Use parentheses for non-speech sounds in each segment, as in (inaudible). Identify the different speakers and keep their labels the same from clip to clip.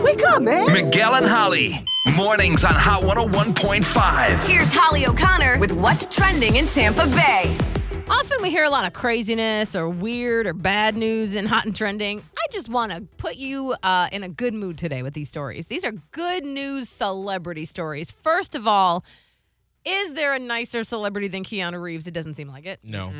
Speaker 1: on, man.
Speaker 2: Miguel and Holly. Mornings on Hot 101.5.
Speaker 3: Here's Holly O'Connor with what's trending in Tampa Bay.
Speaker 4: Often we hear a lot of craziness or weird or bad news in hot and trending. I just want to put you uh, in a good mood today with these stories. These are good news celebrity stories. First of all, is there a nicer celebrity than Keanu Reeves? It doesn't seem like it.
Speaker 5: No.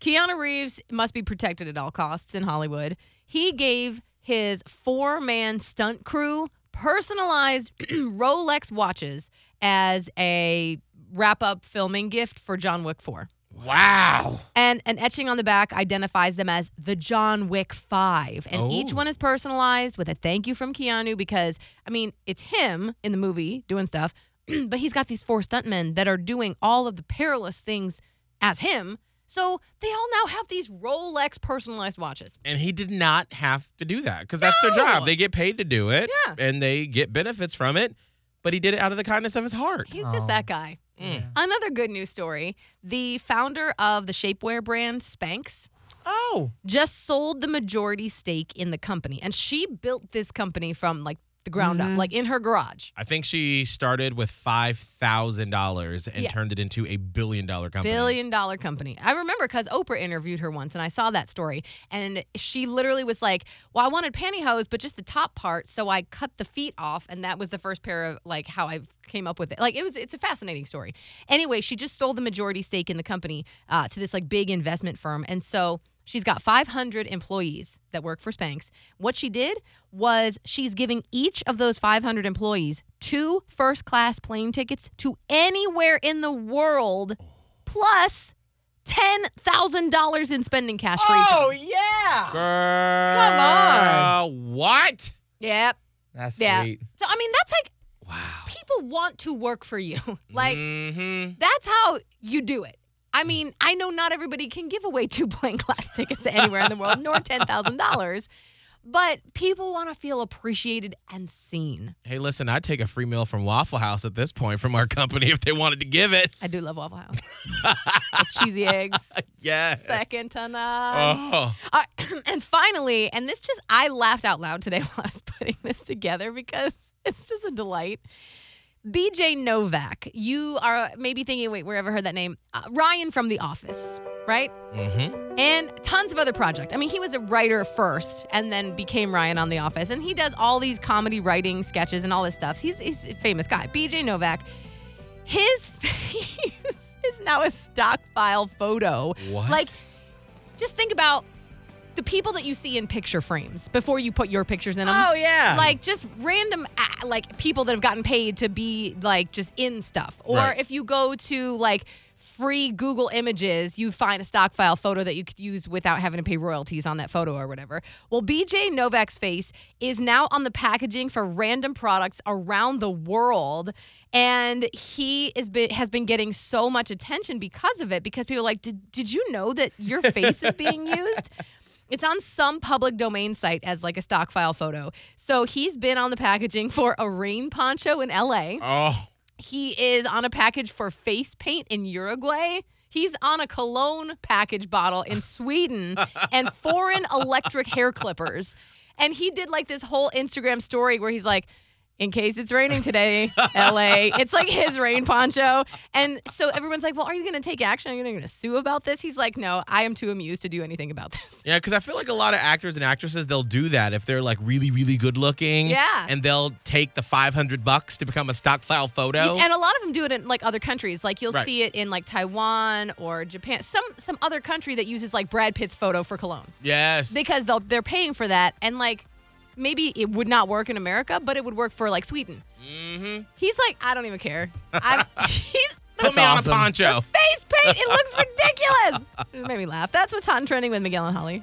Speaker 4: Keanu Reeves must be protected at all costs in Hollywood. He gave his four man stunt crew personalized (clears throat) Rolex watches as a wrap up filming gift for John Wick 4.
Speaker 5: Wow.
Speaker 4: And an etching on the back identifies them as the John Wick Five. And
Speaker 5: Oh.
Speaker 4: each one is personalized with a thank you from Keanu because, I mean, it's him in the movie doing stuff, (clears throat) but he's got these four stuntmen that are doing all of the perilous things as him. So they all now have these Rolex personalized watches.
Speaker 5: And he did not have to do that because that's their job. They get paid to do it
Speaker 4: Yeah.
Speaker 5: and they get benefits from it, but he did it out of the kindness of his heart.
Speaker 4: He's just that guy. Another good news story the founder of the shapewear brand Spanx
Speaker 5: Oh.
Speaker 4: just sold the majority stake in the company and she built this company from like the ground up like in her garage
Speaker 5: I think she started with $5,000 and
Speaker 4: Yes.
Speaker 5: turned it into a billion dollar company.
Speaker 4: billion dollar company i remember because oprah interviewed her once and i saw that story and she literally was like well i wanted pantyhose but just the top part so i cut the feet off and that was the first pair of like how i came up with it like it was it's a fascinating story anyway she just sold the majority stake in the company uh, to this like big investment firm and so She's got 500 employees that work for Spanx. What she did was she's giving each of those 500 employees two first class plane tickets to anywhere in the world, plus $10,000 in spending cash for each. of them.
Speaker 6: yeah.
Speaker 5: Girl.
Speaker 6: Come on.
Speaker 5: What?
Speaker 4: Yep.
Speaker 6: That's
Speaker 4: Yeah.
Speaker 6: sweet.
Speaker 4: So, I mean, that's like
Speaker 5: Wow.
Speaker 4: people want to work for you. (laughs) like,
Speaker 5: mm-hmm.
Speaker 4: that's how you do it. I mean, I know not everybody can give away (laughs) two plane class tickets to anywhere in the world, nor $10,000, but people want to feel appreciated and seen.
Speaker 5: Hey, listen, I'd take a free meal from Waffle House at this point from our (laughs) company if they wanted to give it.
Speaker 4: I do love Waffle House. The cheesy eggs,
Speaker 5: Yes.
Speaker 4: second to none.
Speaker 5: Oh.
Speaker 4: All right, Uh, (clears throat) and finally, and this just, I laughed out loud today (laughs) while I was putting this together because (laughs) it's just a delight. BJ Novak, you are maybe thinking, wait, where have I heard that name? Uh, Ryan from The Office, right?
Speaker 5: Mm-hmm.
Speaker 4: and tons of other projects. I mean, he was a writer first and then became Ryan on The Office. And he does all these comedy writing sketches and all this stuff. He's, he's a famous guy. BJ Novak, his (laughs) face is now a stockpile photo.
Speaker 5: What?
Speaker 4: Like, just think about the people that you see in picture frames before you put your pictures in them.
Speaker 5: Oh, yeah.
Speaker 4: Like just random uh, like people that have gotten paid to be like just in stuff. Or
Speaker 5: Right.
Speaker 4: if you go to like free Google Images, you find a stock file photo that you could use without having to pay royalties on that photo or whatever. Well, BJ Novak's face is now on the packaging for random products around the world and he is been, has been getting so much attention because of it because people are like did, did you know that your face is being used? It's on some public domain site as like a stock file photo. So he's been on the packaging for a rain poncho in LA.
Speaker 5: Oh.
Speaker 4: He is on a package for face paint in Uruguay. He's on a cologne package bottle in Sweden and foreign electric hair clippers. And he did like this whole Instagram story where he's like, in case it's raining today, LA. It's like his rain poncho. And so everyone's like, well, are you going to take action? Are you going to sue about this? He's like, no, I am too amused to do anything about this.
Speaker 5: Yeah, because I feel like a lot of actors and actresses they'll do that if they're like really, really good looking.
Speaker 4: Yeah.
Speaker 5: and they'll take the five hundred bucks to become a stock file photo.
Speaker 4: And a lot of them do it in like other countries. Like you'll
Speaker 5: Right.
Speaker 4: see it in like Taiwan or Japan, some some other country that uses like Brad Pitt's photo for cologne
Speaker 5: yes,
Speaker 4: because they'll, they're paying for that. And like maybe it would not work in America, but it would work for like Sweden.
Speaker 5: mm-hmm.
Speaker 4: He's like, I don't even care.
Speaker 5: (laughs)
Speaker 4: I, he's
Speaker 5: put me
Speaker 6: awesome.
Speaker 5: on a poncho.
Speaker 4: face paint. It looks ridiculous. It made me laugh. That's what's hot and trending with Miguel and Holly.